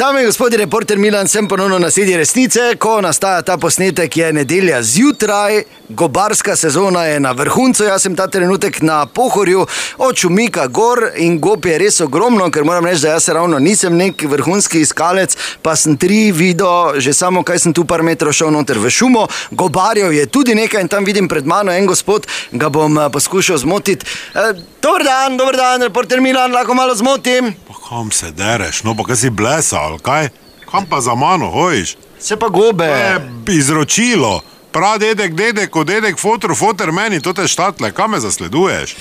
Dame in gospodje, reporter Milan, sem ponovno na sedi resnice. Ko nastaja ta posnetek, je nedelja zjutraj, gobarska sezona je na vrhuncu, jaz sem ta trenutek na pohorju, očumika gor in gob je res ogromno, ker moram reči, da jaz ravno nisem nek vrhunski iskalec, pa sem tri videl, že samo kaj sem tu par metrov šel noter v šumo, gobarjev je tudi nekaj in tam vidim pred mano en gospod, ga bom eh, poskušal zmotiti. E, dober dan, dober dan, reporter Milan, lahko malo zmotim. Pa kam se dereš, no pa kaj si blesal, kaj? Kam pa za mano hojiš? Se pa gobe. E, izročilo, pradedek, dedek, kot dedek, fotor, fotor meni, to te štatle, kam me zasleduješ?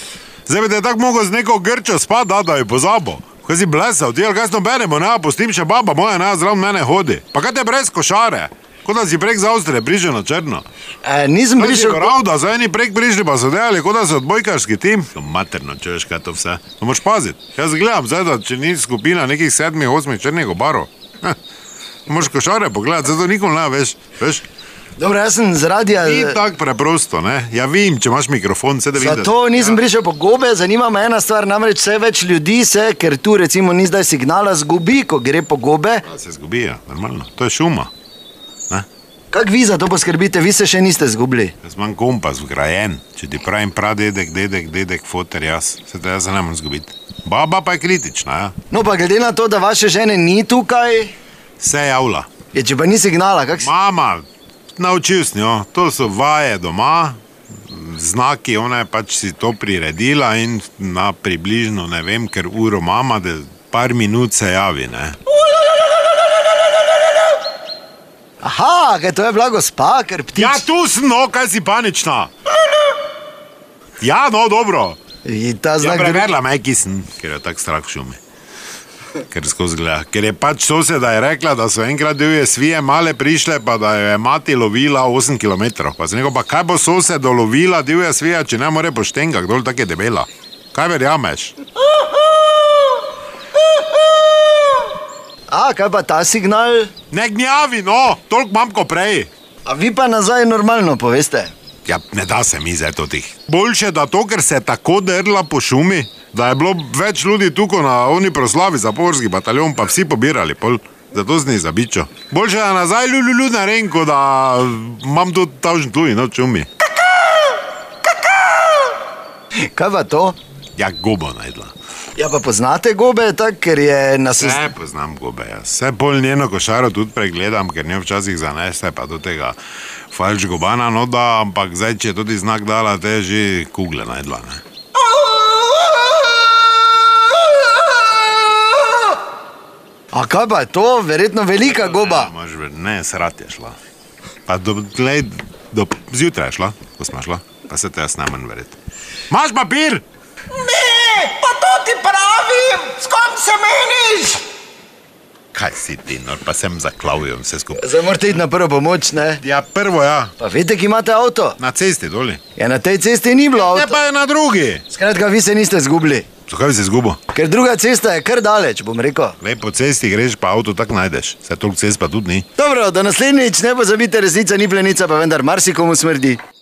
Zdaj bi te tako mogel z neko grčo spat, da, da bi pozabo. Kaj si blesal, ti ali kaj nobenemu, ne, pustim še baba moja, ne, zraven mene hodi. Pa kaj te brez košare? Kot da si prek za ostre, briže na črno. E, nisem prišel. Prav, da za eni prek brižli pa so delali, kot da so odbojkarski tim. No, materno, če veš kaj to vse. To moraš paziti. Jaz gledam zdaj, da če ni skupina nekih sedmih, osmih črnih obarov. Hm. Moš košare pogledati, zato nikom ne veš. veš. Dobro, jaz sem z radia. Ni tako preprosto, ne? Ja, vim, če imaš mikrofon, sedaj vidiš. Zato nisem ja. prišel po gobe, zanima me ena stvar, namreč vse več ljudi se, ker tu recimo ni zdaj signala, zgubi, ko gre po gobe. Ja, se zgubi, ja, normalno. To je šuma. Kako vi za to poskrbite, vi se še niste zgubili? Jaz imam kompas vgrajen, če ti pravim pradedek, dedek, dedek, fotor, jaz se tega zdaj ne morem zgubiti. Baba pa je kritična, ja? No, pa glede na to, da vaše žene ni tukaj, se javlja. je če pa ni signala, kako se. Mama, naučil sem jo, to so vaje doma, znaki, ona je pač si to priredila in na približno, ne vem, ker uro mama, da par minut se javi, ne. Aha, kaj to je blago spa, ker ptič. Ja, tu sem, no, kaj si panična. Ja, no, dobro. In ta Ja, znak gre- preverila me, ki sem, ker je tako strah šumi. Ker, skozi gleda. ker je pač soseda je rekla, da so enkrat divje svije male prišle, pa da jo je mati lovila 8 km. Pa sem rekel, pa kaj bo soseda lovila divje svije, če ne more poštenka, kdo tako je debela. Kaj verjameš? A, kaj pa ta signal? Ne gnjavi, no, toliko imam kot prej. A vi pa nazaj normalno poveste. Ja, ne da se mi zdaj to tih. Boljše, da to, ker se je tako drla po šumi, da je bilo več ljudi tukaj na oni proslavi za povrski bataljon, pa vsi pobirali pol. Zato z njim zabičo. Boljše, da nazaj ljulju ljud na renko, da imam tu tažen tuji, no čumi. Kaj pa to? Ja, gobo najdla. Ja, pa poznate gobe, tak, ker je na svetu. Ne poznam gobe, jaz. Vse bolj njeno košaro tudi pregledam, ker njo včasih zanese, pa do tega falš gobana, no da, ampak zdaj, če je tudi znak dala, te je že kugle najdla, ne. A kaj pa je to, verjetno velika goba. Ne, Ja, moraš ver- ne srat je šla. Pa do, gled, do zjutraj je šla, ko smo šla, pa se te jaz ne morem verjeti. Maš papir! Ne, pa to ti pravim, s kom se meniš? Kaj si ti, nor, pa sem zaklavil vse skupaj. Zdaj morate iti na prvo pomoč, ne? Ja, prvo ja, Pa veste, ki imate avto. na cesti doli. Ja, na tej cesti ni bilo Ne avto. pa je na drugi. Skratka, vi se niste zgubili, Zakaj bi se izgubil? ker druga cesta je kar daleč, bom rekel. Le po cesti greš, pa avto tako najdeš. Se toliko cest pa tudi ni. Dobro, do naslednjič ne pozabite, resnica ni plenica, pa vendar marsikomu smrdi.